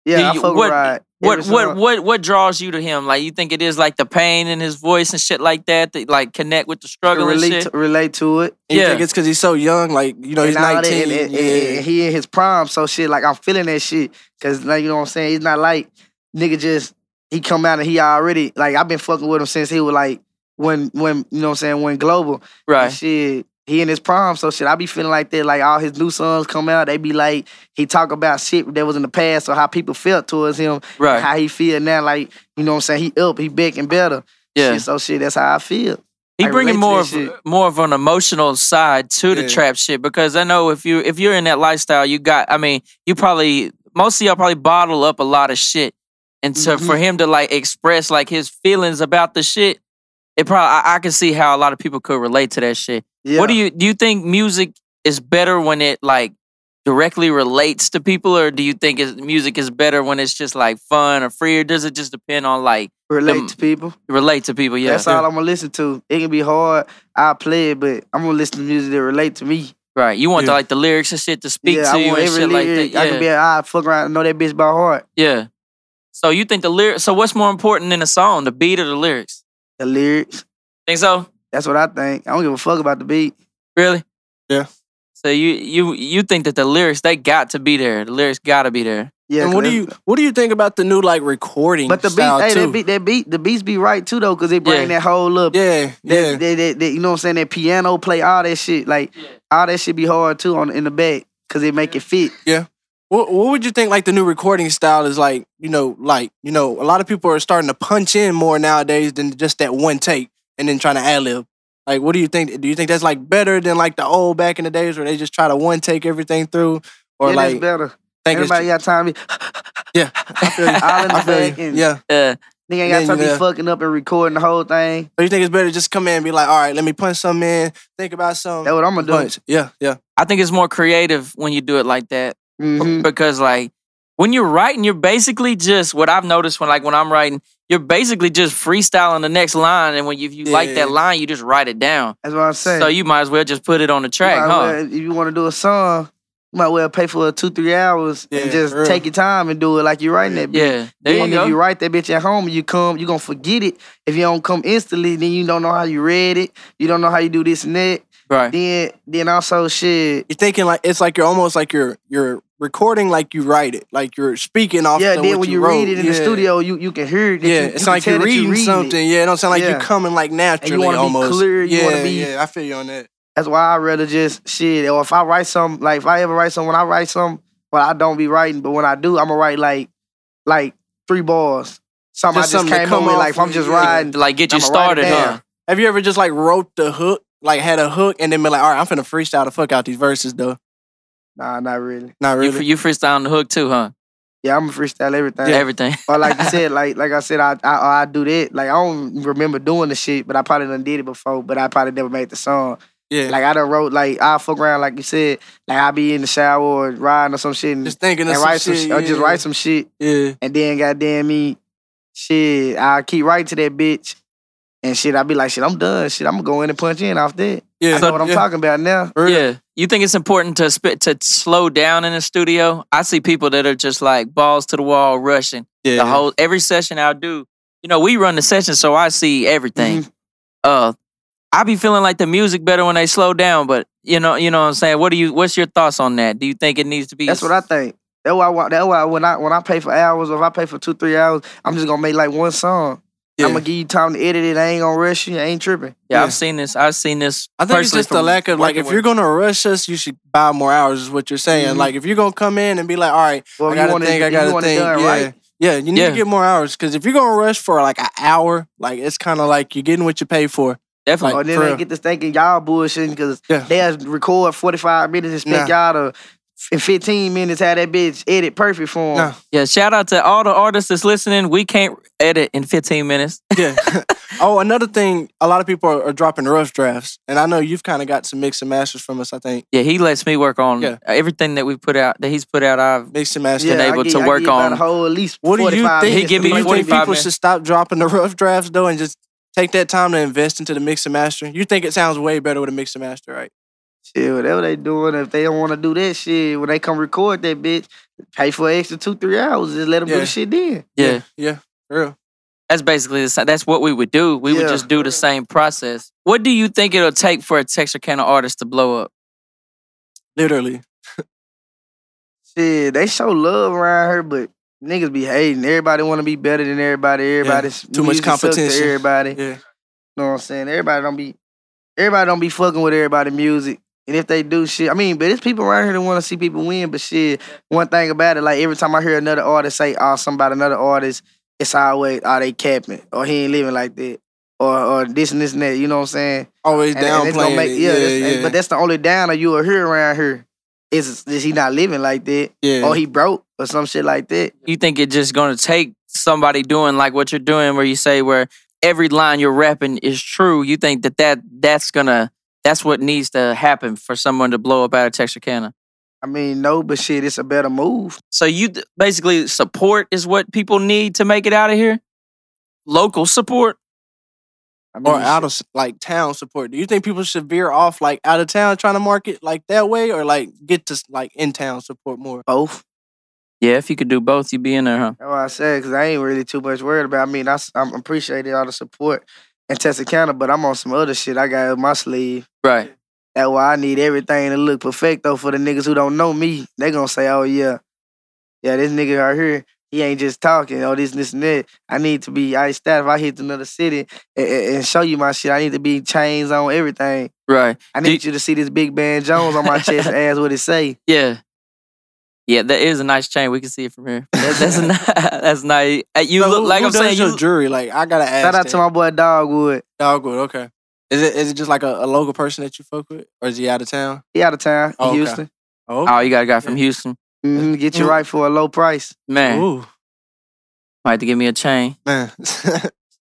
Speaker 2: Do
Speaker 4: Yeah,
Speaker 2: you-
Speaker 4: I fuck
Speaker 2: what-
Speaker 4: with Rod.
Speaker 2: What
Speaker 4: Every
Speaker 2: what
Speaker 4: song.
Speaker 2: what what draws you to him? Like you think it is like the pain in his voice and shit like that that like connect with the
Speaker 4: To
Speaker 2: struggle and
Speaker 4: relate,
Speaker 2: shit.
Speaker 4: to, relate to it.
Speaker 3: And You
Speaker 2: Yeah.
Speaker 3: think it's because he's so young? Like you know, he's
Speaker 4: and all that,
Speaker 3: nineteen.
Speaker 4: and- and-
Speaker 3: yeah.
Speaker 4: and he in his prime, so shit. Like I'm feeling that shit, cause like you know what I'm saying. He's not like nigga just he come out and he already like I've been fucking with him since he was like when when you know what I'm saying when global And
Speaker 2: Right.
Speaker 4: shit. He in his prime, so shit. I be feeling like that. Like all his new songs come out, they be like he talk about shit that was in the past or how people felt towards him,
Speaker 2: Right.
Speaker 4: how he feel now. Like you know what I'm saying. He up, he back and better.
Speaker 2: Yeah.
Speaker 4: Shit, so shit, that's how I feel.
Speaker 2: He
Speaker 4: I
Speaker 2: bringing
Speaker 4: relate to
Speaker 2: more
Speaker 4: that
Speaker 2: of
Speaker 4: shit.
Speaker 2: more of an emotional side to the
Speaker 3: Yeah.
Speaker 2: trap shit because I know if you if you're in that lifestyle, you got. I mean, you probably most of y'all probably bottle up a lot of shit, and so
Speaker 4: Mm-hmm.
Speaker 2: for him to like express like his feelings about the shit, it probably I, I can see how a lot of people could relate to that shit.
Speaker 4: Yeah.
Speaker 2: What do you do? You think music is better when it like directly relates to people, or do you think is, music is better when it's just like fun or free, or does it just depend on like
Speaker 4: relate
Speaker 2: them-
Speaker 4: to people?
Speaker 2: relate to people? Yeah,
Speaker 4: That's all I'm gonna listen to. It can be hard. I play it, but I'm gonna listen to music that relate to me.
Speaker 2: right. You want the,
Speaker 3: Yeah.
Speaker 2: like the lyrics and shit to speak
Speaker 4: yeah,
Speaker 2: to
Speaker 4: I
Speaker 2: you
Speaker 4: want
Speaker 2: and
Speaker 4: every
Speaker 2: shit like that.
Speaker 4: lyric.
Speaker 2: Yeah,
Speaker 4: I can be I fuck around and know that bitch by heart.
Speaker 2: yeah. So you think the lyrics? So what's more important in a song, the beat or the lyrics?
Speaker 4: The lyrics.
Speaker 2: Think so?
Speaker 4: That's what I think. I don't give a fuck about the beat.
Speaker 2: Really?
Speaker 3: Yeah.
Speaker 2: So you you you think that the lyrics they got to be there? The lyrics got to be there.
Speaker 4: Yeah.
Speaker 3: and
Speaker 4: 'cause
Speaker 3: what do
Speaker 4: that's-
Speaker 3: you what do you think about the new like recording?
Speaker 4: But the beat,
Speaker 3: style
Speaker 4: hey,
Speaker 3: too?
Speaker 4: that beat, that beat, the beats be right too though, cause they bring
Speaker 2: Yeah.
Speaker 4: that whole up.
Speaker 3: Yeah,
Speaker 4: That,
Speaker 3: yeah.
Speaker 4: that- that- that- you know what I'm saying? That piano play, all that shit. Like all that shit be hard too on in the back, cause it make it fit.
Speaker 3: What what would you think like the new recording style is like, you know, like, you know, a lot of people are starting to punch in more nowadays than just that one take and then trying to ad lib. Like what do you think? Do you think that's like better than like the old back in the days where they just try to one take everything through? Or
Speaker 4: yeah, that's
Speaker 3: like
Speaker 4: better.
Speaker 3: think it's
Speaker 4: Everybody got time. to be-
Speaker 3: Yeah.
Speaker 4: I feel you.
Speaker 2: [LAUGHS]
Speaker 4: all in the
Speaker 3: I feel
Speaker 4: back.
Speaker 3: you.
Speaker 4: And
Speaker 3: Yeah.
Speaker 2: Yeah.
Speaker 4: Nigga ain't
Speaker 3: Yeah,
Speaker 4: got time to
Speaker 3: yeah.
Speaker 4: be fucking up and recording the whole thing.
Speaker 3: Or you think it's better to just come in and be like, all right, let me punch some in, think about some
Speaker 4: That's what I'm gonna do.
Speaker 3: punch. Yeah, yeah.
Speaker 2: I think it's more creative when you do it like that.
Speaker 4: Mhm.
Speaker 2: because like when you're writing, you're basically just what I've noticed when like when I'm writing, you're basically just freestyling the next line, and when you, if you like
Speaker 3: Yeah.
Speaker 2: that line, you just write it down.
Speaker 4: That's what I'm saying.
Speaker 2: So you might as well just put it on the
Speaker 4: You
Speaker 2: track,
Speaker 4: might
Speaker 2: huh?
Speaker 4: well- if you want to do a song, you might well pay for two, three hours
Speaker 3: Yeah,
Speaker 4: and just
Speaker 3: for real.
Speaker 4: take your time and do it like you're writing that bitch.
Speaker 2: Yeah, there
Speaker 4: then
Speaker 2: you go.
Speaker 4: if you write that bitch at home, you come, you gonna forget it. If you don't come instantly, then you don't know how you read it. You don't know how you do this and that.
Speaker 2: right.
Speaker 4: Then, then also shit.
Speaker 3: You're thinking like it's like you're almost like you're you're recording like you write it. Like you're speaking off
Speaker 4: Yeah.
Speaker 3: the,
Speaker 4: Then
Speaker 3: what
Speaker 4: when you,
Speaker 3: wrote.
Speaker 4: read it in the
Speaker 3: Yeah.
Speaker 4: studio, you, you can hear it. that
Speaker 3: Yeah,
Speaker 4: you,
Speaker 3: it's
Speaker 4: you
Speaker 3: not like
Speaker 4: can
Speaker 3: you're
Speaker 4: tell that
Speaker 3: reading,
Speaker 4: it.
Speaker 3: something. Yeah, it don't sound like you're
Speaker 4: Yeah.
Speaker 3: coming like naturally
Speaker 4: wanna be
Speaker 3: almost.
Speaker 4: clear, you
Speaker 3: yeah,
Speaker 4: wanna be-
Speaker 3: yeah, I feel you on that.
Speaker 4: That's why I rather just shit. Or if I write something, like if I ever write something, when I write something, well, I don't be writing, but when I do, I'm gonna write like like three bars. Something I
Speaker 3: Just
Speaker 4: just
Speaker 3: something to
Speaker 4: came
Speaker 3: come
Speaker 4: up with,
Speaker 3: off
Speaker 4: like if I'm
Speaker 3: with,
Speaker 4: just
Speaker 3: yeah.
Speaker 4: riding.
Speaker 2: To, like get you
Speaker 4: I'ma write
Speaker 2: started,
Speaker 4: it down.
Speaker 2: huh?
Speaker 3: Have you ever just like wrote the hook, like had a hook, and then been like, all right, I'm finna freestyle the fuck out these verses though?
Speaker 4: Nah, not really.
Speaker 3: Not
Speaker 2: You
Speaker 3: really.
Speaker 2: fr- You freestyle on the hook too, huh?
Speaker 4: Yeah, I'm gonna freestyle everything.
Speaker 2: Everything.
Speaker 4: Or like you
Speaker 3: [LAUGHS]
Speaker 4: said, like like I said, I, I I do that. Like I don't remember doing the shit, but I probably done did it before. But I probably never made the song.
Speaker 3: yeah,
Speaker 4: Like I done wrote like I fuck around, like you said. Like I be in the shower or riding or some shit, and,
Speaker 3: just thinking of
Speaker 4: and
Speaker 3: some
Speaker 4: write some,
Speaker 3: shit.
Speaker 4: shit, or just
Speaker 3: yeah.
Speaker 4: write some shit,
Speaker 3: Yeah,
Speaker 4: and then goddamn me, shit, I keep writing to that bitch, and shit, I be like, shit, I'm done. Shit, I'm gonna go in and punch in off that.
Speaker 3: yeah.
Speaker 4: I know what I'm
Speaker 3: yeah.
Speaker 4: talking about now.
Speaker 3: For real.
Speaker 2: Yeah. You think it's important to spit to slow down in the studio? I see people that are just like balls to the wall rushing.
Speaker 3: yeah.
Speaker 2: the whole every session I do. You know, we run the session, so I see everything.
Speaker 4: Mm-hmm.
Speaker 2: Uh, I be feeling like the music better when they slow down. But you know, you know what I'm saying. What do you? What's your thoughts on that? Do you think it needs to be?
Speaker 4: That's what I think. That's why I want. That's why when I when I pay for hours, or if I pay for two three hours, I'm just gonna make like one song.
Speaker 3: Yeah.
Speaker 4: I'm gonna give you time to edit it. I ain't gonna rush you. I ain't tripping.
Speaker 2: Yeah,
Speaker 3: Yeah.
Speaker 2: I've seen this. I've seen this.
Speaker 3: I think it's
Speaker 2: personally
Speaker 3: just the
Speaker 2: from
Speaker 3: lack of like
Speaker 2: working
Speaker 3: if you're gonna rush us, you should buy more hours. Is what you're saying.
Speaker 4: Mhm.
Speaker 3: Like if you're gonna come in and be like, all right,
Speaker 4: Well,
Speaker 3: I
Speaker 4: if
Speaker 3: gotta
Speaker 4: want it-
Speaker 3: think, I
Speaker 4: if you
Speaker 3: gotta
Speaker 4: want it
Speaker 3: think.
Speaker 4: done
Speaker 3: yeah.
Speaker 4: right.
Speaker 3: yeah, you need
Speaker 2: Yeah.
Speaker 3: to get more hours because if you're gonna rush for like an hour, like it's kind of like you're getting what you pay for.
Speaker 2: definitely.
Speaker 4: Or
Speaker 3: like,
Speaker 4: then
Speaker 3: for
Speaker 4: they
Speaker 3: real.
Speaker 4: get to thinking y'all bullshitting because
Speaker 3: Yeah.
Speaker 4: they'll record 45 minutes and expect y'all to in 15 minutes have that bitch edit perfect for them.
Speaker 3: Nah.
Speaker 2: yeah, shout out to all the artists that's listening. We can't edit in 15 minutes.
Speaker 4: [LAUGHS]
Speaker 3: Yeah. oh, another thing, a lot of people are, are dropping rough drafts, and I know you've kind of got some mix and masters from us. I think
Speaker 2: Yeah, he lets me work on
Speaker 3: Yeah.
Speaker 2: everything that we put out that he's put out. I've
Speaker 3: mix and master.
Speaker 2: Yeah.
Speaker 4: I
Speaker 2: able
Speaker 4: give-
Speaker 2: to
Speaker 4: I
Speaker 2: work
Speaker 4: give about
Speaker 2: on-
Speaker 4: a whole at least
Speaker 3: What do you
Speaker 4: 45
Speaker 3: think?
Speaker 2: He
Speaker 4: minutes
Speaker 2: give me
Speaker 4: to
Speaker 3: do
Speaker 4: make
Speaker 3: you
Speaker 4: that
Speaker 3: think
Speaker 2: 45
Speaker 3: people
Speaker 2: minutes.
Speaker 3: [LAUGHS] should stop dropping the rough drafts though and just Take that time to invest into the mix and master. You think it sounds way better with a mix and master, right?
Speaker 4: Shit, whatever they doing, if they don't want to do that shit, when they come record that bitch, pay for an extra two, three hours. Just let them do
Speaker 3: Yeah.
Speaker 4: the shit then.
Speaker 2: Yeah.
Speaker 3: Yeah. For real.
Speaker 2: That's basically the same. That's what we would do. We would
Speaker 4: Yeah.
Speaker 2: just do the same process. What do you think it'll take for a Texarkana artist to blow up?
Speaker 3: Literally.
Speaker 4: Shit, they show love around her, but niggas be hating. Everybody want to be better than everybody. Everybody's
Speaker 3: too much
Speaker 4: music suck to
Speaker 3: competition.
Speaker 4: Everybody, you
Speaker 3: Yeah.
Speaker 4: know what I'm saying? Everybody don't be, everybody don't be fucking with everybody music. And if they do shit, I mean, but it's people around here that want to see people win. But shit, one thing about it, like every time I hear another artist say awesome about another artist, it's always, oh, they capping, or he ain't living like that, or or this and this and that. You know what I'm saying?
Speaker 3: Always
Speaker 4: And- and
Speaker 3: downplaying.
Speaker 4: it's gonna make-
Speaker 3: it.
Speaker 4: yeah,
Speaker 3: Yeah,
Speaker 4: that's-
Speaker 3: yeah,
Speaker 4: but that's the only downer you'll hear around here is is he not living like that,
Speaker 3: yeah.
Speaker 4: or he broke, or some shit like that.
Speaker 2: You think it's just gonna take somebody doing like what you're doing, where you say where every line you're rapping is true? You think that that that's gonna that's what needs to happen for someone to blow up out of Texarkana?
Speaker 4: I mean, no, but shit, it's a better move.
Speaker 2: So you th- basically support is what people need to make it out of here. Local support.
Speaker 4: I mean,
Speaker 3: or out of like town support. Do you think people should veer off like out of town trying to market like that way, or like get to like in town support more?
Speaker 4: both.
Speaker 2: Yeah, if you could do both, you'd be in there, huh?
Speaker 4: That's what I said, because I ain't really too much worried about. I mean, I, s- I'm appreciating all the support in Texarkana, but I'm on some other shit I got in my sleeve.
Speaker 2: Right.
Speaker 4: That's why I need everything to look perfecto for the niggas who don't know me. They gonna say, oh, yeah, yeah, this nigga right here, he ain't just talking, oh, this, this, and that. I need to be iced out. If I hit another city and, and show you my shit, I need to be chains on everything.
Speaker 2: Right.
Speaker 4: I
Speaker 2: Do
Speaker 4: need you to see this Big Band Jones on my
Speaker 3: [LAUGHS]
Speaker 4: chest and ask what it say.
Speaker 2: Yeah. Yeah, that is a nice chain. We can see it from here. That, [LAUGHS] that's a, ni- that's nice. Uh, You
Speaker 3: So
Speaker 2: look
Speaker 3: who-
Speaker 2: like
Speaker 3: who
Speaker 2: I'm saying.
Speaker 3: does
Speaker 2: You,
Speaker 3: your jury. Like I gotta ask.
Speaker 4: Shout out to my boy Dogwood.
Speaker 3: Dogwood. Okay. Is it is it just like a, a local person that you fuck with, or is he out of town?
Speaker 4: He out of town,
Speaker 3: Oh, okay.
Speaker 4: Houston.
Speaker 2: oh, you got a guy from Houston,
Speaker 4: hmm Get you
Speaker 3: Mm.
Speaker 4: right for a low price.
Speaker 2: man.
Speaker 3: Ooh,
Speaker 2: Might have to give me a chain.
Speaker 3: man. [LAUGHS] so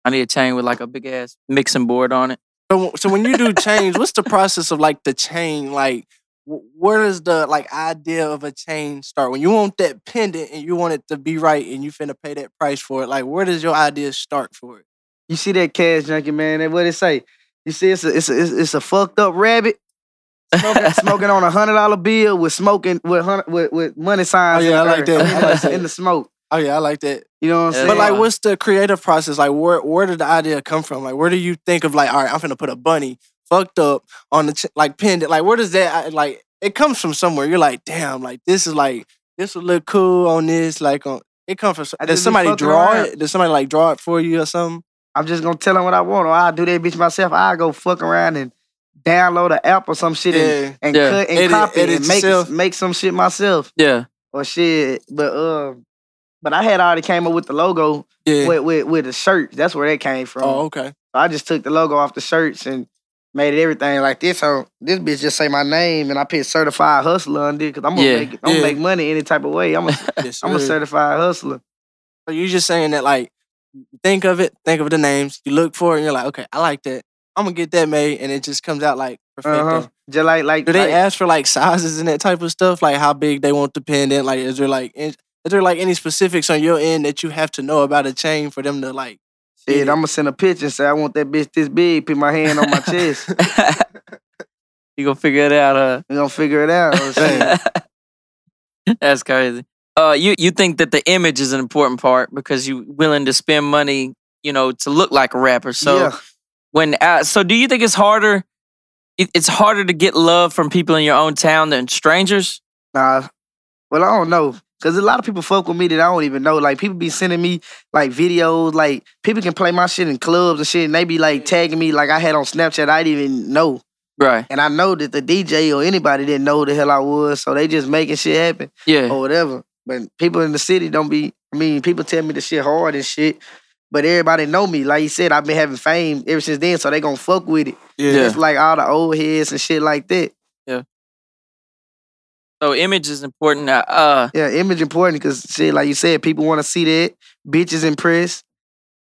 Speaker 2: I need a chain with like a big ass mixing board on it.
Speaker 3: w- so when you do change, what's the process of like the chain? Like wh- where does the like idea of a chain start? When you want that pendant and you want it to be right and you finna pay that price for it, like where does your idea start for it?
Speaker 4: You see that cash junkie man? That what it say? You see, it's a it's a, it's, it's a fucked up rabbit
Speaker 3: [LAUGHS]
Speaker 4: smoking, smoking on a hundred dollar bill with smoking with hun- with, with money signs.
Speaker 3: Oh,
Speaker 4: in
Speaker 3: yeah,
Speaker 4: the
Speaker 3: I like
Speaker 4: earth,
Speaker 3: that. I
Speaker 4: in
Speaker 3: like
Speaker 4: the-
Speaker 3: [LAUGHS] that.
Speaker 4: in the smoke.
Speaker 3: Oh yeah, I like that.
Speaker 4: You know what
Speaker 2: Yeah.
Speaker 4: I'm saying?
Speaker 3: But like,
Speaker 2: Yeah.
Speaker 3: what's the creative process? Like, where where did the idea come from? Like, where do you think of like, all right, I'm finna put a bunny fucked up on the ch- like pendant? Like, where does that I- like? It comes from somewhere. You're like, damn, like this is like this would look cool on this. Like, on it comes from.
Speaker 4: I
Speaker 3: Did
Speaker 4: just be
Speaker 3: somebody
Speaker 4: fucking
Speaker 3: draw
Speaker 4: around.
Speaker 3: it? Did somebody like draw it for you or something?
Speaker 4: I'm just gonna tell him what I want, or I'll do that bitch myself. I'll go fuck around and download an app or some shit and, and
Speaker 2: Yeah.
Speaker 4: cut and
Speaker 3: Edit-
Speaker 4: copy
Speaker 3: edit
Speaker 4: and make
Speaker 3: yourself.
Speaker 4: make some shit myself
Speaker 2: Yeah,
Speaker 4: or shit. But um, but I had already came up with the logo
Speaker 3: yeah.
Speaker 4: with, with with the shirts. That's where that came from.
Speaker 3: oh, okay.
Speaker 4: I just took the logo off the shirts and made it everything like this. So this bitch just say my name and I put certified hustler on it because I'm gonna
Speaker 2: Yeah,
Speaker 4: make I'm
Speaker 3: yeah.
Speaker 4: gonna make money any type of way. I'm a, [LAUGHS]
Speaker 3: Yes,
Speaker 4: I'm a
Speaker 3: sir.
Speaker 4: certified hustler.
Speaker 3: So you're just saying that like you think of it, think of the names, you look for it, and you're like, okay, I like that. I'm gonna get that made, and it just comes out like perfecto.
Speaker 4: Uh huh. Just like like,
Speaker 3: Do they
Speaker 4: like-
Speaker 3: ask for like sizes and that type of stuff? Like how big they want the pendant? Like is there like in- is there like any specifics on your end that you have to know about a chain for them to like?
Speaker 4: shit. I'm gonna send a picture and say I want that bitch this big. Put my hand
Speaker 3: [LAUGHS]
Speaker 4: on my chest.
Speaker 2: [LAUGHS] you gonna figure it out, huh?
Speaker 4: We gonna figure it out. or
Speaker 3: [LAUGHS]
Speaker 4: shit.
Speaker 2: [LAUGHS] That's crazy. Uh, you you think that the image is an important part because you willing to spend money, you know, to look like a rapper. So
Speaker 4: yeah.
Speaker 2: when uh, so do you think it's harder? It, it's harder to get love from people in your own town than strangers.
Speaker 4: Nah. Well, I don't know. Cause a lot of people fuck with me that I don't even know. Like people be sending me like videos. Like people can play my shit in clubs and shit, and they be like tagging me like I had on Snapchat. I didn't even know,
Speaker 2: Right.
Speaker 4: and I know that the DJ or anybody didn't know who the hell I was. So they just making shit happen
Speaker 2: Yeah.
Speaker 4: or whatever. But people in the city don't be. I mean, people tell me the shit hard and shit, but everybody know me. Like you said, I've been having fame ever since then, so they gonna fuck with it.
Speaker 2: Yeah.
Speaker 4: It's like all the old heads and shit like that.
Speaker 2: So image is important. Uh, uh
Speaker 4: Yeah, image important because shit, like you said, people want to see that. Bitches impressed.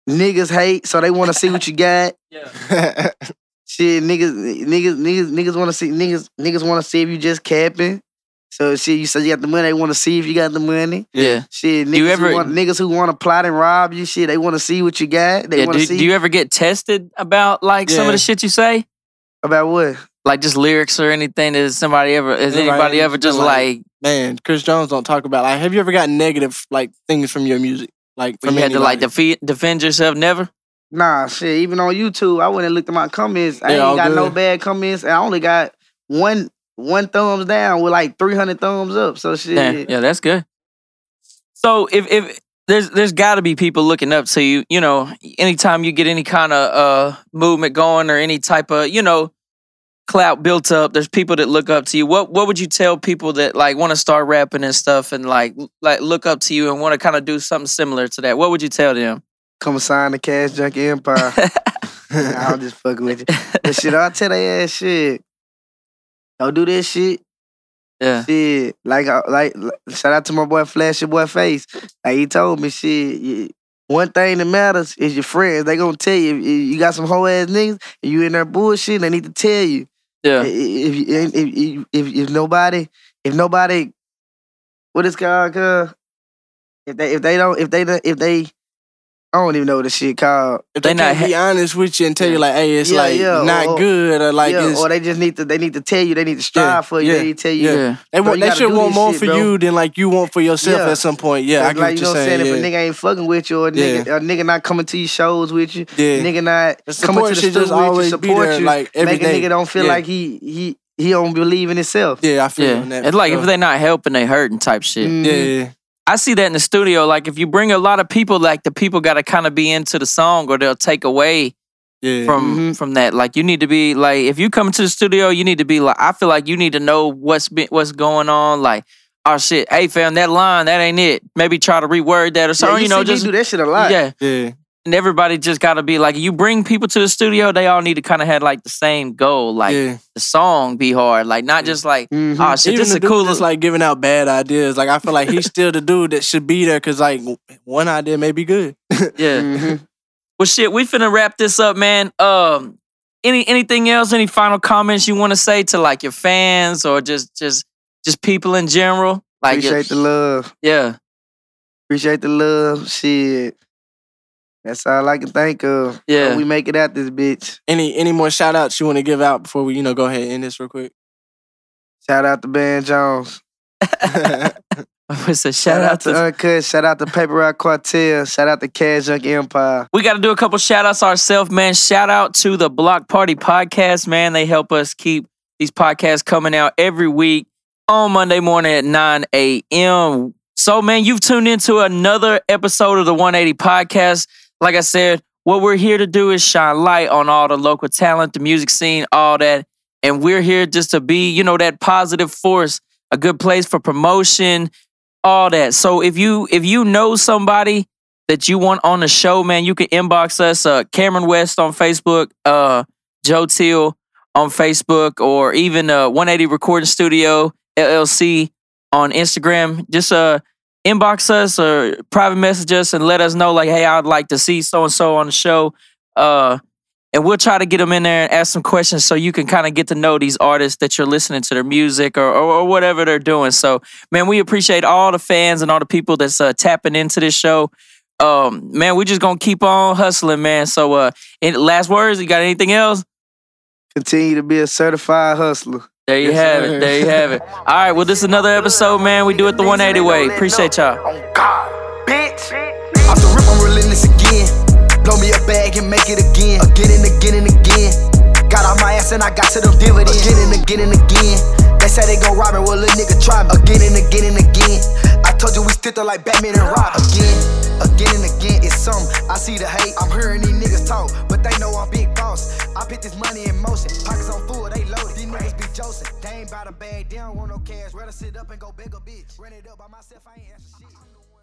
Speaker 4: Niggas hate, so they want to see what you got. Shit, niggas, niggas, niggas, niggas want to see niggas, niggas want to see if you just capping. So shit, you said you got the money. They want to see if you got the money.
Speaker 2: Yeah.
Speaker 4: Shit, niggas,
Speaker 2: Do you ever-
Speaker 4: who, want, niggas who want to plot and rob you, shit, they want to see what you got. They
Speaker 2: yeah.
Speaker 4: want to
Speaker 2: Do,
Speaker 4: see
Speaker 2: do you ever get tested about like some of
Speaker 3: Yeah.
Speaker 2: the shit you say?
Speaker 4: about what?
Speaker 2: Like just lyrics or anything? Is somebody ever? Is
Speaker 3: Anybody
Speaker 2: anybody ever just
Speaker 3: feel
Speaker 2: like,
Speaker 3: like- [LAUGHS] Man, Chris Jones don't talk about. Like, have you ever gotten negative like things from your music? Like,
Speaker 2: you
Speaker 3: from
Speaker 2: had to like
Speaker 3: anybody?
Speaker 2: defeat, defend yourself? Never.
Speaker 4: Nah, shit. Even on YouTube, I went and looked at my comments. I
Speaker 3: They all
Speaker 4: ain't got no
Speaker 3: good.
Speaker 4: bad comments, and I only got one one thumbs down with like three hundred thumbs up. So shit.
Speaker 2: Yeah, yeah, that's good. So if if there's there's got to be people looking up to you, you know, anytime you get any kind of uh movement going or any type of you know clout built up, there's people that look up to you. What what would you tell people that like want to start rapping and stuff and like like look up to you and want to kind of do something similar to that? What would you tell them?
Speaker 4: Come sign the Cash Junkie
Speaker 2: [LAUGHS]
Speaker 4: Empire. [LAUGHS] I'll just fucking with you. But shit, I'll tell they ass shit. Don't do this shit.
Speaker 2: Yeah,
Speaker 4: Shit. Like, I- like, like- shout out to my boy Flash, your boy Face. Like, he told me, shit, you- one thing that matters is your friends. They gonna tell you. If you got some hoe ass niggas and you in there bullshit, they need to tell you. I-
Speaker 2: yeah,
Speaker 4: If, you- if, if, if, if nobody, if nobody, what is called, cuz? If they, if they don't, if they, don't- if they, I don't even know what this shit called.
Speaker 3: if
Speaker 2: they
Speaker 3: they,
Speaker 2: not
Speaker 3: can't be honest with you and tell you like, hey, it's
Speaker 4: Yeah,
Speaker 3: like
Speaker 4: yeah,
Speaker 3: not
Speaker 4: or-
Speaker 3: good or like
Speaker 4: yeah,
Speaker 3: it's,
Speaker 4: or they just need to they need to tell you they need to strive
Speaker 3: Yeah,
Speaker 4: for you.
Speaker 3: yeah,
Speaker 4: They need to tell you.
Speaker 2: yeah.
Speaker 3: they
Speaker 4: bro,
Speaker 3: want
Speaker 4: you
Speaker 3: they
Speaker 4: gotta
Speaker 3: should
Speaker 4: do
Speaker 3: want
Speaker 4: this
Speaker 3: more
Speaker 4: shit,
Speaker 3: for
Speaker 4: bro.
Speaker 3: you than like you want for yourself
Speaker 4: Yeah.
Speaker 3: at some point. Yeah, I
Speaker 4: It's
Speaker 3: get
Speaker 4: like
Speaker 3: what
Speaker 4: you
Speaker 3: you're
Speaker 4: know what I'm saying.
Speaker 3: saying.
Speaker 4: If a
Speaker 3: Yeah.
Speaker 4: nigga ain't fucking with you, or a nigga, or a nigga not coming to your shows with you,
Speaker 3: Yeah.
Speaker 4: nigga not
Speaker 3: The support
Speaker 4: coming to the
Speaker 3: should
Speaker 4: studio
Speaker 3: just
Speaker 4: with you,
Speaker 3: always be
Speaker 4: support
Speaker 3: there,
Speaker 4: you,
Speaker 3: like, every
Speaker 4: make a
Speaker 3: day.
Speaker 4: nigga don't feel
Speaker 3: Yeah.
Speaker 4: like he he he don't believe in himself.
Speaker 3: Yeah, I feel you on
Speaker 2: yeah.
Speaker 3: that.
Speaker 2: It's like if
Speaker 3: bro.
Speaker 2: they're not helping, they hurting type shit.
Speaker 4: Mhm.
Speaker 3: yeah, yeah,
Speaker 2: I see that in the studio. Like if you bring a lot of people, like the people got to kind of be into the song, or they'll take away
Speaker 3: yeah.
Speaker 2: from
Speaker 4: Mhm.
Speaker 2: from that. Like you need to be like if you come to the studio, you need to be like I feel like you need to know what's been what's going on. Like oh shit, hey fam, that line that ain't it. Maybe try to reword that or
Speaker 4: Yeah,
Speaker 2: something. you,
Speaker 4: you
Speaker 2: know,
Speaker 4: see me
Speaker 2: just
Speaker 4: do that shit a lot.
Speaker 2: yeah.
Speaker 3: yeah.
Speaker 2: And everybody just got to be like you bring people to the studio. They all need to kind of have like the same goal. Like
Speaker 3: yeah.
Speaker 2: the song be hard. Like not just like
Speaker 4: Mhm.
Speaker 2: oh shit,
Speaker 3: Even
Speaker 2: this is
Speaker 3: the
Speaker 2: a
Speaker 3: dude
Speaker 2: cool.
Speaker 3: that's like giving out bad ideas. Like I feel like he's still the dude that should be there because like w- one idea may be good.
Speaker 2: yeah.
Speaker 3: [LAUGHS]
Speaker 4: Mhm.
Speaker 2: Well, shit, we finna wrap this up, man. Um, any anything else? Any final comments you want to say to like your fans or just just just people in general? Like,
Speaker 4: Appreciate the love.
Speaker 2: yeah,
Speaker 4: Appreciate the love. Shit. That's all I can think of.
Speaker 2: Yeah.
Speaker 4: We make it out this bitch.
Speaker 3: Any any more shout outs you want to give out before we you know go ahead and end this
Speaker 2: [LAUGHS]
Speaker 3: real quick? [LAUGHS]
Speaker 4: Shout out to Ben Jones.
Speaker 2: [LAUGHS] it's a shout out to.
Speaker 4: Uncut. Shout out to Paper Rock Cartel. Shout out to Cash Junk Empire.
Speaker 2: We got to do a couple shout outs ourselves, man. Shout out to the Block Party Podcast, man. They help us keep these podcasts coming out every week on Monday morning at 9 a.m. So, man, you've tuned into another episode of the 180 Podcast. Like I said, what we're here to do is shine light on all the local talent, the music scene, all that. And we're here just to be, you know, that positive force, a good place for promotion, all that. So if you if you know somebody that you want on the show, man, you can inbox us, uh, Cameron West on Facebook, uh, Joe Till on Facebook, or even uh, 180 Recording Studio LLC on Instagram. Just uh, inbox us or private message us and let us know, like, hey, I'd like to see so and so on the show. Uh, and we'll try to get them in there and ask some questions so you can kind of get to know these artists that you're listening to their music or, or, or whatever they're doing. So, man, we appreciate all the fans and all the people that's uh, tapping into this show. Um, man, we're just gonna keep on hustling, man. So, uh, any last words? You got anything else?
Speaker 4: Continue to be a certified hustler.
Speaker 2: There you
Speaker 3: Yes,
Speaker 2: have it.
Speaker 3: sir.
Speaker 2: There you have it. All right. Well, this is another episode, man. We do it the 180 way. Appreciate y'all.
Speaker 1: On Oh, God, bitch. Off the rip, I'm relentless again. Blow me a bag and make it again. Again and again and again. Got out my ass and I got to them dividends. Again and again and again. They say they gon' rob me, well, little nigga try me. Again and again and again. I told you we stick to like Batman and Rob. Again, again and again. It's something. I see the hate. I'm hearing these niggas talk, but they know I'm big boss. I put this money in motion. Pockets on full, they loaded. These niggas be josing. They ain't bout a bag, they don't want no cash. Rather sit up and go big a bitch. Run it up by myself, I ain't answer shit.